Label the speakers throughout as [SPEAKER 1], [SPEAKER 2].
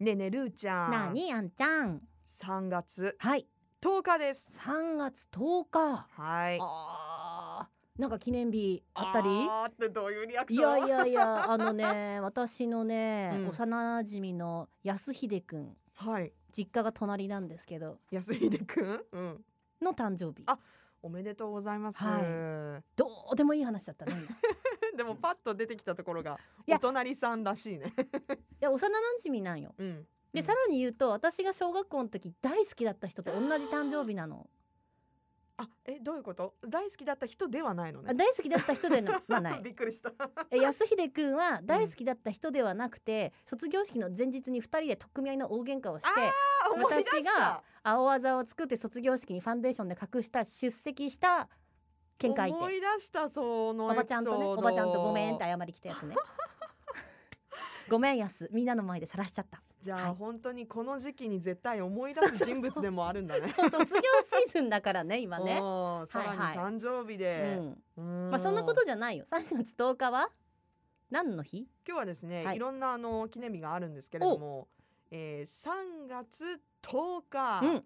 [SPEAKER 1] ねえねえルーちゃん
[SPEAKER 2] なあにあんちゃん
[SPEAKER 1] 3月
[SPEAKER 2] はい
[SPEAKER 1] 10日です
[SPEAKER 2] 3月10日
[SPEAKER 1] はい
[SPEAKER 2] あーなんか記念日あったり
[SPEAKER 1] あーってどういうリアク
[SPEAKER 2] い
[SPEAKER 1] ション
[SPEAKER 2] やいやい やあのね私のね、
[SPEAKER 1] うん
[SPEAKER 2] 幼馴染の安秀くん
[SPEAKER 1] はい
[SPEAKER 2] 実家が隣なんですけど
[SPEAKER 1] 安秀くんうん
[SPEAKER 2] の誕生日
[SPEAKER 1] あおめでとうございます、
[SPEAKER 2] どうでもいい話だったね今 い
[SPEAKER 1] でもパッと出てきたところが
[SPEAKER 2] いや
[SPEAKER 1] お隣さんらしい ね
[SPEAKER 2] や幼馴染なんよ
[SPEAKER 1] うんう
[SPEAKER 2] で、
[SPEAKER 1] ん
[SPEAKER 2] さらに言うと私が小学校の時大好きだった人と同じ誕生日なの
[SPEAKER 1] あえどういうこと大好きだった人ではないの
[SPEAKER 2] あ
[SPEAKER 1] ね
[SPEAKER 2] 大好きだった人ではな い
[SPEAKER 1] びっくり した
[SPEAKER 2] え安秀くんは大好きだった人ではなくて、卒業式の前日に2人で取っ組み合いの大喧嘩をして
[SPEAKER 1] あ思い出した
[SPEAKER 2] 私が青あざを作って卒業式にファンデーションで隠した出席した喧嘩相
[SPEAKER 1] 思
[SPEAKER 2] 手
[SPEAKER 1] い出したその
[SPEAKER 2] おばちゃんとねおばちゃんとごめんって
[SPEAKER 1] い
[SPEAKER 2] 謝りきたやつ ねごめんやすみんなの前で晒しちゃった
[SPEAKER 1] じゃあ、
[SPEAKER 2] はい
[SPEAKER 1] 本当にこの時期に絶対思い出す人物でもあるんだね
[SPEAKER 2] 卒業シーズンだからね今 ね、
[SPEAKER 1] うんさらに
[SPEAKER 2] はいは
[SPEAKER 1] 誕生日
[SPEAKER 2] う
[SPEAKER 1] で、
[SPEAKER 2] ん、
[SPEAKER 1] うん
[SPEAKER 2] まあそんなことじゃないよ3月10日は何の日
[SPEAKER 1] 今日はですね、、
[SPEAKER 2] はいい
[SPEAKER 1] ろんなあの記念日があるんですけれども、えー、3月10日、
[SPEAKER 2] うん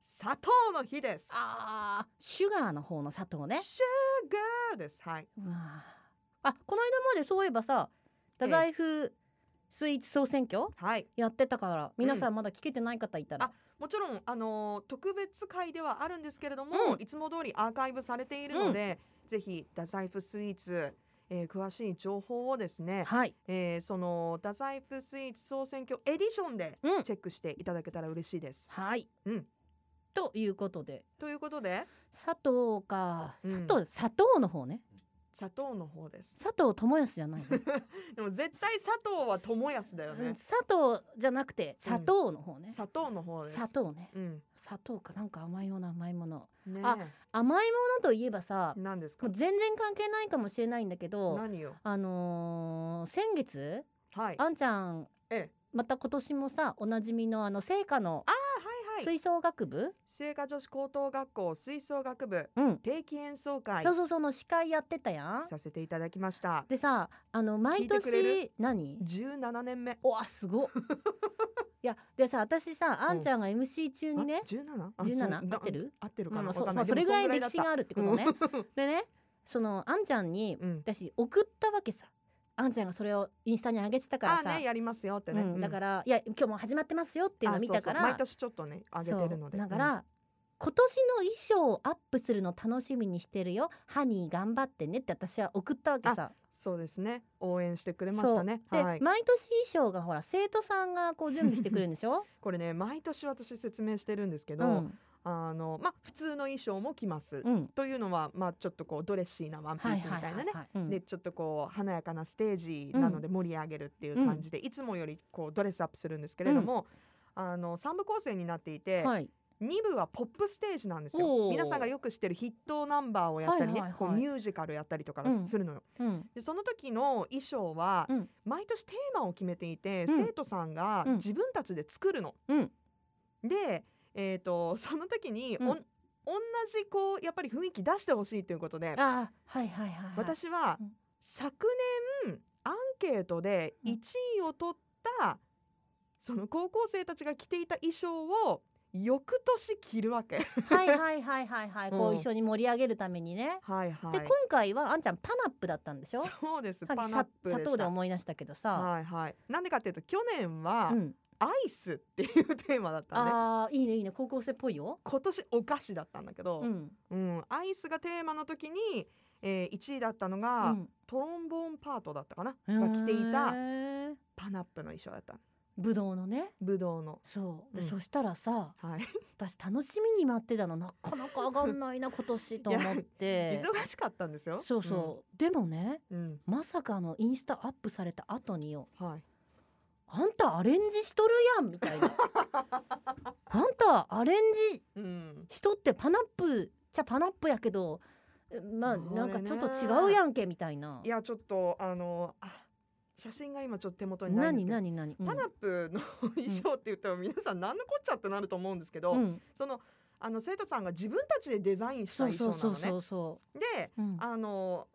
[SPEAKER 1] 砂糖の日です
[SPEAKER 2] あーシュガーの方の佐藤ね
[SPEAKER 1] シュガーですはい、
[SPEAKER 2] うわーあこの間までそういえばさ太宰府スイーツ総選挙
[SPEAKER 1] はい、
[SPEAKER 2] やってたから皆さんまだ聞けてない方いたら、
[SPEAKER 1] もちろんあのー特別会ではあるんですけれども、
[SPEAKER 2] うん
[SPEAKER 1] いつも通りアーカイブされているので、ぜひ太宰府スイーツ、えー、詳しい情報をですね、
[SPEAKER 2] はい
[SPEAKER 1] えー、その太宰府スイーツ総選挙エディションで
[SPEAKER 2] うん
[SPEAKER 1] チェックしていただけたら嬉しいです、
[SPEAKER 2] はい、
[SPEAKER 1] うん
[SPEAKER 2] ということで
[SPEAKER 1] ということで
[SPEAKER 2] 佐藤か
[SPEAKER 1] うん
[SPEAKER 2] 佐藤、佐藤の方ね
[SPEAKER 1] 砂糖の方です
[SPEAKER 2] 佐藤智康じゃないの、
[SPEAKER 1] でも絶対佐藤は友康だよ
[SPEAKER 2] う
[SPEAKER 1] ね
[SPEAKER 2] ん。佐藤じゃなくて佐藤の方ね、
[SPEAKER 1] 砂糖の方です。
[SPEAKER 2] 佐藤ね
[SPEAKER 1] うん。
[SPEAKER 2] 佐藤かなんか甘いような甘いもの
[SPEAKER 1] ね
[SPEAKER 2] あ甘いものといえばさ
[SPEAKER 1] え。何ですか
[SPEAKER 2] もう。全然関係ないかもしれないんだけど
[SPEAKER 1] 何よ。
[SPEAKER 2] あのー先月
[SPEAKER 1] はい。
[SPEAKER 2] あんちゃん
[SPEAKER 1] ええ。
[SPEAKER 2] また今年もさおなじみのあの聖火の
[SPEAKER 1] ああはいはい。
[SPEAKER 2] 吹奏楽部、
[SPEAKER 1] 聖火女子高等学校吹奏楽部
[SPEAKER 2] うん、
[SPEAKER 1] 定期演奏会
[SPEAKER 2] そうそうそうの司会やってたやん
[SPEAKER 1] させていただきました。
[SPEAKER 2] でさあの毎
[SPEAKER 1] 聞いてくれ
[SPEAKER 2] 年何
[SPEAKER 1] 17年目。
[SPEAKER 2] おわすごっいやでさ私さあんちゃんが MC 中にね
[SPEAKER 1] あ、17？あそうな
[SPEAKER 2] 17? 合ってる
[SPEAKER 1] 合ってるか
[SPEAKER 2] ま
[SPEAKER 1] な。わ
[SPEAKER 2] あまあそ
[SPEAKER 1] かん
[SPEAKER 2] ま
[SPEAKER 1] な
[SPEAKER 2] あ
[SPEAKER 1] い
[SPEAKER 2] それぐらい歴史。
[SPEAKER 1] でも
[SPEAKER 2] があるってことね
[SPEAKER 1] そ。
[SPEAKER 2] でねそのあんちゃんに
[SPEAKER 1] んぐらいだったうん。
[SPEAKER 2] 私送ったわけさあんちゃんがそれをインスタに上げてたから
[SPEAKER 1] あ
[SPEAKER 2] さ、
[SPEAKER 1] ねやりますよって
[SPEAKER 2] う
[SPEAKER 1] ね。。
[SPEAKER 2] ん、だかららいや今日もう始まってますよっていうのを見たか
[SPEAKER 1] あそうそう毎
[SPEAKER 2] ら
[SPEAKER 1] 年ちょっとね上げてるので。
[SPEAKER 2] そうだから、今年の衣装をアップするの楽しみにしてるよハニー頑張ってねって私は送ったわけさ
[SPEAKER 1] うんそうですね。応援してくれまし
[SPEAKER 2] そ
[SPEAKER 1] た
[SPEAKER 2] う
[SPEAKER 1] ね。
[SPEAKER 2] で、
[SPEAKER 1] はい。
[SPEAKER 2] 毎年衣装がほら生徒さんがこう準備してくれるんでしょ、
[SPEAKER 1] これね毎年私説明してるんですけ
[SPEAKER 2] う
[SPEAKER 1] ど。
[SPEAKER 2] ん
[SPEAKER 1] あのまあ普通の衣装も着ます、
[SPEAKER 2] うん、
[SPEAKER 1] というのはまあちょっとこうドレッシーなワンピ
[SPEAKER 2] は
[SPEAKER 1] ー
[SPEAKER 2] い
[SPEAKER 1] スみ
[SPEAKER 2] はい
[SPEAKER 1] た
[SPEAKER 2] はいい
[SPEAKER 1] なね、
[SPEAKER 2] はいうん
[SPEAKER 1] でちょっとこう華やかなステージなので盛り上げるっていう感じで、いつもよりこうドレスアップするんですけれども、あの3部構成になっていて、
[SPEAKER 2] はい
[SPEAKER 1] 2部はポップステージなんです
[SPEAKER 2] お
[SPEAKER 1] よ
[SPEAKER 2] ー
[SPEAKER 1] 皆さんがよく知ってるヒットナンバーをやったりね、
[SPEAKER 2] はいはいはい
[SPEAKER 1] こうミュージカルやったりとか
[SPEAKER 2] うん
[SPEAKER 1] するのよ。
[SPEAKER 2] うん
[SPEAKER 1] でその時の衣装は、
[SPEAKER 2] うん
[SPEAKER 1] 毎年テーマを決めていて、
[SPEAKER 2] うん
[SPEAKER 1] 生徒さんが
[SPEAKER 2] うん
[SPEAKER 1] 自分たちで作るの。
[SPEAKER 2] うん
[SPEAKER 1] で、えー、と その時にお、
[SPEAKER 2] うん
[SPEAKER 1] ん、同じこうやっぱり雰囲気出してほしいということで
[SPEAKER 2] あーはいはいはいはい
[SPEAKER 1] 私は
[SPEAKER 2] うん
[SPEAKER 1] 昨年アンケートで
[SPEAKER 2] うん
[SPEAKER 1] 1位を取ったその高校生たちが着ていた衣装を翌年着るわ け。
[SPEAKER 2] はいはいはいはいはいこ
[SPEAKER 1] う
[SPEAKER 2] うん一緒に盛り上げるためにね、
[SPEAKER 1] はいはい、
[SPEAKER 2] で今回はあんちゃんパナップだったんでしょ
[SPEAKER 1] そうです
[SPEAKER 2] さ
[SPEAKER 1] パ
[SPEAKER 2] っき
[SPEAKER 1] ナッ
[SPEAKER 2] さ
[SPEAKER 1] プで
[SPEAKER 2] 砂糖
[SPEAKER 1] し
[SPEAKER 2] で
[SPEAKER 1] た
[SPEAKER 2] 思い出したけどさ、
[SPEAKER 1] はいはい、なんでかっていうと去年は
[SPEAKER 2] うん、
[SPEAKER 1] アイスっていうテーマだったね
[SPEAKER 2] あーいいねいいね高校生っぽいよ、
[SPEAKER 1] 今年お菓子だったんだけど、
[SPEAKER 2] うん
[SPEAKER 1] うん、アイスがテーマの時に、えー、1位だったの
[SPEAKER 2] う
[SPEAKER 1] が、
[SPEAKER 2] ん、
[SPEAKER 1] トロンボーンパートだったかなが着ていた
[SPEAKER 2] へー
[SPEAKER 1] パナップの衣装だった
[SPEAKER 2] ぶどうのね
[SPEAKER 1] ブドウの
[SPEAKER 2] そうで、
[SPEAKER 1] うん
[SPEAKER 2] そしたらさ
[SPEAKER 1] はい、
[SPEAKER 2] 私楽しみに待ってたのなかなか上がんないな今年と思って
[SPEAKER 1] 忙しかったんですよ
[SPEAKER 2] そうそう、でもね
[SPEAKER 1] うん、うん
[SPEAKER 2] まさかのインスタアップされた後によ
[SPEAKER 1] はい、
[SPEAKER 2] あんたアレンジしとるやんみた いなあんたアレンジ
[SPEAKER 1] うん、
[SPEAKER 2] しとってパナップじゃパナップやけどまあ
[SPEAKER 1] これね
[SPEAKER 2] なんかちょっと違うやんけみたいない
[SPEAKER 1] やちょっとあのあ写真が今ちょっと手元にないんです
[SPEAKER 2] 何
[SPEAKER 1] けど
[SPEAKER 2] 何何うん
[SPEAKER 1] パナップの衣装って言ったら皆さん何のこっちゃってなると思うんですけど、
[SPEAKER 2] うん
[SPEAKER 1] そのあの生徒さんが自分たちでデザインした
[SPEAKER 2] そ
[SPEAKER 1] 衣
[SPEAKER 2] う
[SPEAKER 1] 装
[SPEAKER 2] そう
[SPEAKER 1] なのね
[SPEAKER 2] そうそうそ
[SPEAKER 1] で
[SPEAKER 2] ううん
[SPEAKER 1] あの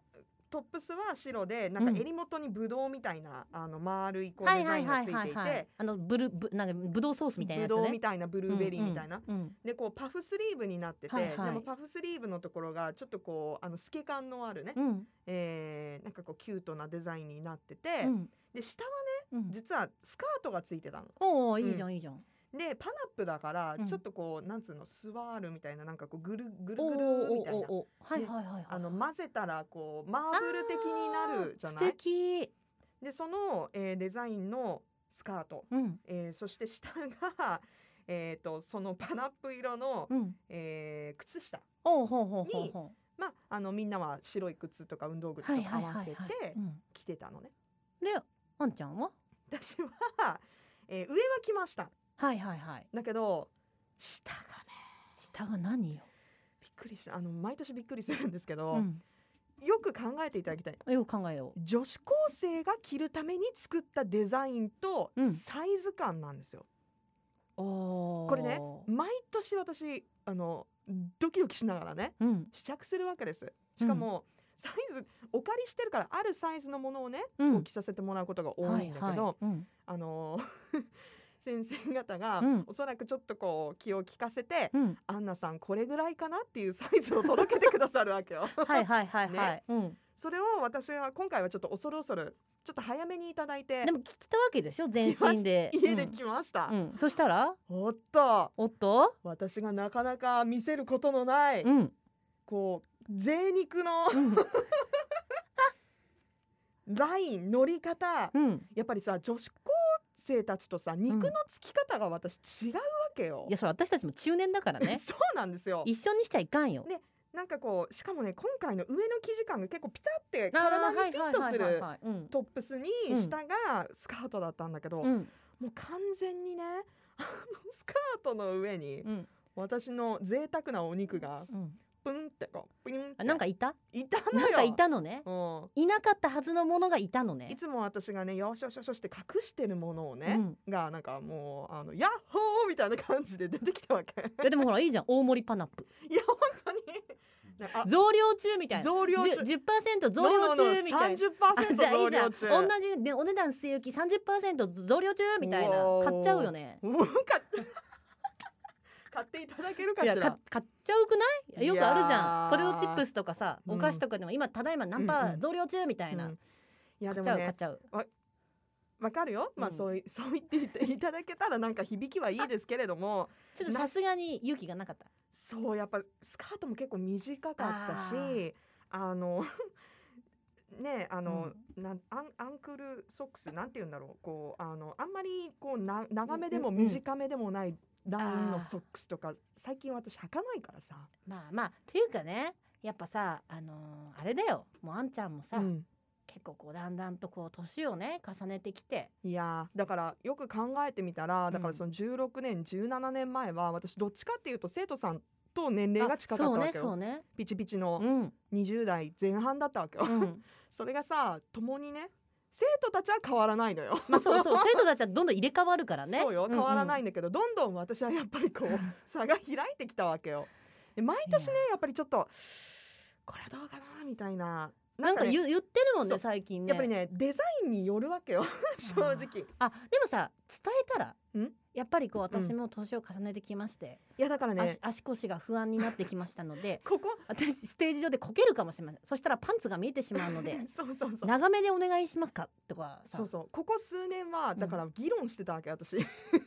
[SPEAKER 1] トップスは白でなんか襟元にブドウみたいな、あの丸いこうデザインがついていて。
[SPEAKER 2] あのブルブなんかブドウソースみたいな
[SPEAKER 1] ブ
[SPEAKER 2] やつ
[SPEAKER 1] ドウみ
[SPEAKER 2] ね。
[SPEAKER 1] たいなブルーベリーみたいな、
[SPEAKER 2] うんうん
[SPEAKER 1] でこうパフスリーブになってて、
[SPEAKER 2] はいはい
[SPEAKER 1] でもパフスリーブのところがちょっとこうあの透け感のあるね、
[SPEAKER 2] うんうん
[SPEAKER 1] えーなんかこうキュートなデザインになってて、
[SPEAKER 2] うん
[SPEAKER 1] で下は
[SPEAKER 2] うん
[SPEAKER 1] 実はスカートがついてたの。
[SPEAKER 2] おおいいじゃんいいじゃん。
[SPEAKER 1] でパナップだから
[SPEAKER 2] うん
[SPEAKER 1] ちょっとこう、なんつうのスワールみたいななんかこうぐるぐる
[SPEAKER 2] お
[SPEAKER 1] ぐ
[SPEAKER 2] ー
[SPEAKER 1] るみ
[SPEAKER 2] おー
[SPEAKER 1] たいな
[SPEAKER 2] おーおーはいはいはいはい。
[SPEAKER 1] あの混ぜたらこうマーブル的になるじゃな
[SPEAKER 2] あー素
[SPEAKER 1] い
[SPEAKER 2] 敵。
[SPEAKER 1] でその、えーデザインのスカート、
[SPEAKER 2] うん
[SPEAKER 1] えーそして下が、えー、とそのパナップ色の、
[SPEAKER 2] うん。
[SPEAKER 1] えー靴下
[SPEAKER 2] おおほうほうほう
[SPEAKER 1] に
[SPEAKER 2] ほ
[SPEAKER 1] まああのみんなは白い靴とか運動
[SPEAKER 2] う。
[SPEAKER 1] 靴
[SPEAKER 2] はい
[SPEAKER 1] とか
[SPEAKER 2] はい
[SPEAKER 1] 合わ
[SPEAKER 2] はい
[SPEAKER 1] せて
[SPEAKER 2] はい。うん
[SPEAKER 1] 着てたのね。
[SPEAKER 2] であんちゃんは
[SPEAKER 1] 私は、えー上は着ました
[SPEAKER 2] はいはいはい。
[SPEAKER 1] だけど下がね
[SPEAKER 2] 下が何よ。
[SPEAKER 1] びっくりしたあの毎年びっくりするんですけど、
[SPEAKER 2] うん。
[SPEAKER 1] よく考えていただきたい
[SPEAKER 2] よく考えよう。
[SPEAKER 1] 女子高生が着るために作ったデザインと
[SPEAKER 2] うん
[SPEAKER 1] サイズ感なんですよ。
[SPEAKER 2] おお。
[SPEAKER 1] これね毎年私あのドキドキしながらね
[SPEAKER 2] うん
[SPEAKER 1] 試着するわけです。しかも、サイズお借りしてるからあるサイズのものをね、
[SPEAKER 2] う。
[SPEAKER 1] こうん着させてもらうことが多
[SPEAKER 2] はい
[SPEAKER 1] んだけど、
[SPEAKER 2] いはいうん
[SPEAKER 1] あの 先生方が、
[SPEAKER 2] うん
[SPEAKER 1] おそらくちょっとこう気を利かせて、
[SPEAKER 2] うん。
[SPEAKER 1] アンナさんこれぐらいかなっていうサイズを届けてくださるわけよ。
[SPEAKER 2] はいはいはいはい。うん。
[SPEAKER 1] それを私は今回はちょっと恐る恐るちょっと早めにいただいて
[SPEAKER 2] でも聞きたわけでしょ全身で
[SPEAKER 1] 家で来ました、
[SPEAKER 2] うん、うんそしたら
[SPEAKER 1] おっと
[SPEAKER 2] おっと
[SPEAKER 1] 私がなかなか見せることのない、
[SPEAKER 2] うん、
[SPEAKER 1] こう贅肉の
[SPEAKER 2] うん
[SPEAKER 1] ライン乗り方
[SPEAKER 2] うん、
[SPEAKER 1] やっぱりさ女子高生たちとさ肉のつき方が私違うわけよ
[SPEAKER 2] いや、それ私たちも中年だから ね
[SPEAKER 1] そうなんですよ
[SPEAKER 2] 一緒にしちゃいかんよ
[SPEAKER 1] ねなんかこうしかもね今回の上の生地感が結構ピタって
[SPEAKER 2] あー
[SPEAKER 1] 体にフィットす
[SPEAKER 2] はいはい
[SPEAKER 1] る
[SPEAKER 2] はいはいうん
[SPEAKER 1] トップスに
[SPEAKER 2] うん
[SPEAKER 1] 下がスカートだったんだけど、
[SPEAKER 2] うん
[SPEAKER 1] もう完全にねあのスカートの上に
[SPEAKER 2] うん
[SPEAKER 1] 私の贅沢なお肉が
[SPEAKER 2] うん
[SPEAKER 1] プンってこうプニンって
[SPEAKER 2] あなんかいた
[SPEAKER 1] いたのよ
[SPEAKER 2] なんかいたのね
[SPEAKER 1] うん
[SPEAKER 2] いなかったはずのものがいたのね
[SPEAKER 1] いつも私がねよしよしよしよしって隠してるものを
[SPEAKER 2] う
[SPEAKER 1] ね、
[SPEAKER 2] ん
[SPEAKER 1] がなんかもうあのヤッホーみたいな感じで出てきたわけ
[SPEAKER 2] いやでもほらいいじゃん大盛りパナップ
[SPEAKER 1] いや本当になあ
[SPEAKER 2] 増量中みたいな
[SPEAKER 1] 増量中
[SPEAKER 2] じゅ10%増量中 みたいなあ
[SPEAKER 1] 30%
[SPEAKER 2] じゃあい
[SPEAKER 1] 増
[SPEAKER 2] いじゃ
[SPEAKER 1] 量
[SPEAKER 2] ん
[SPEAKER 1] 中
[SPEAKER 2] 同じでお値段据え置き30%増量中みたいな
[SPEAKER 1] おー
[SPEAKER 2] 買っちゃうよね
[SPEAKER 1] もう買って 買っていただけるかし
[SPEAKER 2] い
[SPEAKER 1] ら
[SPEAKER 2] やか買っちゃうくないよくあるじゃんポ
[SPEAKER 1] い
[SPEAKER 2] テ
[SPEAKER 1] やー
[SPEAKER 2] トチップスとかさ
[SPEAKER 1] うん
[SPEAKER 2] お菓子とかでも今ただいま何パ
[SPEAKER 1] うんう
[SPEAKER 2] ー
[SPEAKER 1] ん
[SPEAKER 2] 増量中みたいな、
[SPEAKER 1] うんいや
[SPEAKER 2] 買
[SPEAKER 1] で
[SPEAKER 2] っちゃ
[SPEAKER 1] もね
[SPEAKER 2] う買っちゃう
[SPEAKER 1] わかるよまあ
[SPEAKER 2] うん
[SPEAKER 1] そうい そう言っていたいただけたらなんか響きはいいですけれども
[SPEAKER 2] ちょっとさすがに勇気がなかった
[SPEAKER 1] そうやっぱスカートも結構短かった
[SPEAKER 2] あー
[SPEAKER 1] しあの ねあの、なんアンアンクルソックスなんて言うんだろうこうあのあんまりこうな長めでも
[SPEAKER 2] うんうんうん
[SPEAKER 1] 短めでもないライン
[SPEAKER 2] あー
[SPEAKER 1] のソックスとか最近私履かないからさ。
[SPEAKER 2] まあまあっていうかねやっぱさあのーあれだよもうあんちゃんもさ、
[SPEAKER 1] うん
[SPEAKER 2] 結構こうだんだんとこう年をね重ねてきて
[SPEAKER 1] いやーだからよく考えてみたらだか
[SPEAKER 2] うん
[SPEAKER 1] らその16年17年前は私どっちかっていうと生徒さんと年齢が近かったわけ
[SPEAKER 2] あそ
[SPEAKER 1] よ、
[SPEAKER 2] うね
[SPEAKER 1] ピチピチ
[SPEAKER 2] そう
[SPEAKER 1] の
[SPEAKER 2] ね
[SPEAKER 1] 20代前半だったわけよ、
[SPEAKER 2] うん、うん、
[SPEAKER 1] それがさ共にね生徒たちは変わらないのよ。
[SPEAKER 2] まあそうそう生徒たちはどんどん入れ替わるから ね
[SPEAKER 1] そうよ変わらない
[SPEAKER 2] うん
[SPEAKER 1] だけど、どんどん私はやっぱりこう 差が開いてきたわけよ。で毎年ね
[SPEAKER 2] い
[SPEAKER 1] やっぱりちょっとこれはどうかなみたいな
[SPEAKER 2] うんなんか
[SPEAKER 1] ね
[SPEAKER 2] 言う言ってるもん
[SPEAKER 1] そ
[SPEAKER 2] ね
[SPEAKER 1] う
[SPEAKER 2] 最近ね
[SPEAKER 1] やっぱりねデザインによるわけよ 正
[SPEAKER 2] あ
[SPEAKER 1] 直。い
[SPEAKER 2] あでもさ伝えたら
[SPEAKER 1] ん
[SPEAKER 2] やっぱりこう私も年を重ねてきまして、
[SPEAKER 1] やだからね
[SPEAKER 2] 足足腰が不安になってきましたの で
[SPEAKER 1] ここ
[SPEAKER 2] 私ステージ上でこけるかもしれませんそしたらパンツが見えてしまうので
[SPEAKER 1] そう そうそう。
[SPEAKER 2] 長めでお願いしますかとかさ
[SPEAKER 1] そうそうここ数年はだから議論してたわけ私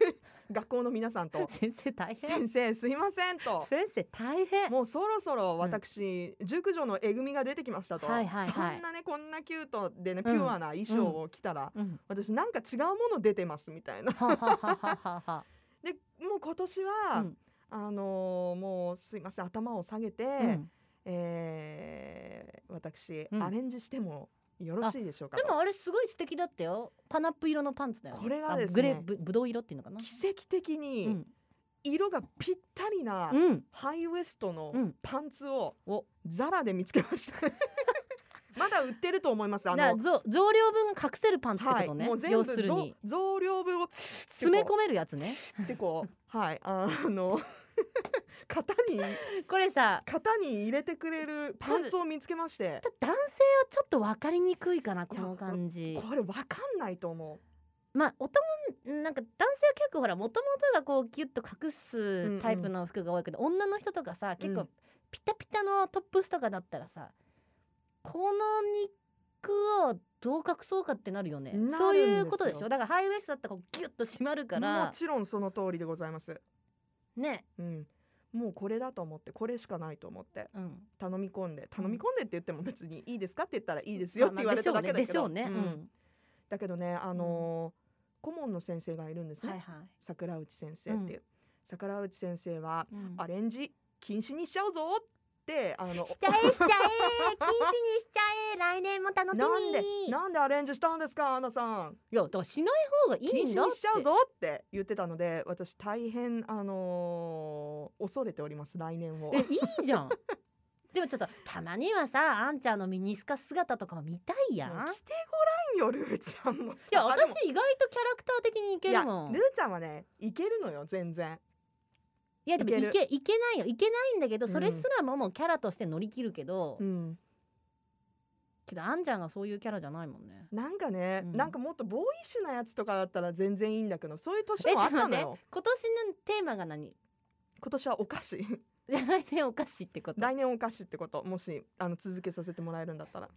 [SPEAKER 1] 学校の皆さんと
[SPEAKER 2] 先
[SPEAKER 1] 「
[SPEAKER 2] 生大
[SPEAKER 1] 先
[SPEAKER 2] 変
[SPEAKER 1] 生すいません」と
[SPEAKER 2] 先生大変
[SPEAKER 1] もうそろそろ私、熟女のえぐみが出てきましたと、
[SPEAKER 2] はいはいはい
[SPEAKER 1] そんなねこんなキュートでねピュアな衣装を着たら、
[SPEAKER 2] うん
[SPEAKER 1] 私なんか違うもの出てますみたいな。
[SPEAKER 2] はははは はは
[SPEAKER 1] でもう今年は、
[SPEAKER 2] うん
[SPEAKER 1] あのーもうすいません頭を下げて、
[SPEAKER 2] うん
[SPEAKER 1] えー私、
[SPEAKER 2] うん
[SPEAKER 1] アレンジしてもよろしいでしょうか
[SPEAKER 2] で
[SPEAKER 1] と
[SPEAKER 2] もあれすごい素敵だったよパナップ色のパンツだよね
[SPEAKER 1] これが
[SPEAKER 2] あ
[SPEAKER 1] ですね
[SPEAKER 2] グレーぶぶどう色っていうのかな
[SPEAKER 1] 奇跡的
[SPEAKER 2] う
[SPEAKER 1] に
[SPEAKER 2] ん
[SPEAKER 1] 色がぴったりな、
[SPEAKER 2] うん
[SPEAKER 1] ハイウエストの
[SPEAKER 2] うん
[SPEAKER 1] パンツを、
[SPEAKER 2] お
[SPEAKER 1] ザラで見つけました まだ売ってると思いますあ
[SPEAKER 2] だ
[SPEAKER 1] の
[SPEAKER 2] からぞ増量分が隠せるパンツってことね、
[SPEAKER 1] はい、もう全
[SPEAKER 2] 要
[SPEAKER 1] 部
[SPEAKER 2] する
[SPEAKER 1] 増
[SPEAKER 2] に
[SPEAKER 1] 増量分を
[SPEAKER 2] 詰め込めるやつね
[SPEAKER 1] ってこうはいあの 型に
[SPEAKER 2] これさ
[SPEAKER 1] 型に入れてくれるパンツを見つけまして
[SPEAKER 2] 男性はちょっと分かりにくいかなこの感じ
[SPEAKER 1] これわかんないと思う
[SPEAKER 2] まあ男なんか男性は結構ほらもともとがこうギュッと隠すタイプの服が多いけど、女の人とかさ結
[SPEAKER 1] う
[SPEAKER 2] 構
[SPEAKER 1] ん
[SPEAKER 2] ピタピタのトップスとかだったらさこの肉をどう隠そうかってなるよね
[SPEAKER 1] なるんですよ
[SPEAKER 2] そういうことでしょだからハイウエストだったらこうギュッと締まるか
[SPEAKER 1] も
[SPEAKER 2] ら
[SPEAKER 1] ちろんその通りでございます
[SPEAKER 2] ね、
[SPEAKER 1] うんもうこれだと思ってこれしかないと思って
[SPEAKER 2] うん、
[SPEAKER 1] 頼み込んで頼み込んでって言っても別にいいですかって言ったらいいですよって言われただけだけど、
[SPEAKER 2] まあまあでしょうねでしょう
[SPEAKER 1] う
[SPEAKER 2] ね、
[SPEAKER 1] んだけどねあのー顧問の先生がいるんです
[SPEAKER 2] うん、
[SPEAKER 1] ね、
[SPEAKER 2] はいはい
[SPEAKER 1] 桜内先生っていう、桜内先生は
[SPEAKER 2] うん
[SPEAKER 1] アレンジ禁止にしちゃうぞってあの
[SPEAKER 2] し ちゃえしちゃえ禁止にしちゃえ来年も楽しみ
[SPEAKER 1] なんで
[SPEAKER 2] い
[SPEAKER 1] なんでアレンジしたんですかアンナさん
[SPEAKER 2] やだからしない方がいいんだ
[SPEAKER 1] 禁
[SPEAKER 2] って
[SPEAKER 1] 止にしちゃうぞって言ってたので私大変あのー恐れております来年を
[SPEAKER 2] えいいじゃん でもちょっとたまにはさあんちゃんのミニスカ姿とかも見たいやん
[SPEAKER 1] もう着てごらんよルーちゃんもさ
[SPEAKER 2] いや
[SPEAKER 1] でも
[SPEAKER 2] 私意外とキャラクター的にいけるも
[SPEAKER 1] い
[SPEAKER 2] んい
[SPEAKER 1] や
[SPEAKER 2] や
[SPEAKER 1] ルーちゃんはねいけるのよ全然
[SPEAKER 2] でもい
[SPEAKER 1] いける
[SPEAKER 2] けいけないよいけないんだけど
[SPEAKER 1] うん
[SPEAKER 2] それすらももうキャラとして乗り切るけど、
[SPEAKER 1] ん
[SPEAKER 2] けどあんちゃんがそういうキャラじゃないもんね
[SPEAKER 1] なんかね、
[SPEAKER 2] うん
[SPEAKER 1] なんかもっとボーイッシュなやつとかだったら全然いいんだけどそういう年
[SPEAKER 2] えちょ
[SPEAKER 1] もあ
[SPEAKER 2] っ
[SPEAKER 1] っ
[SPEAKER 2] と待
[SPEAKER 1] た
[SPEAKER 2] っ
[SPEAKER 1] の
[SPEAKER 2] て今年
[SPEAKER 1] よ
[SPEAKER 2] のテーマが何
[SPEAKER 1] 今年はお菓子
[SPEAKER 2] じゃあ来年お菓子ってこと
[SPEAKER 1] 来年お菓子ってこともしあの続けさせてもらえるんだったら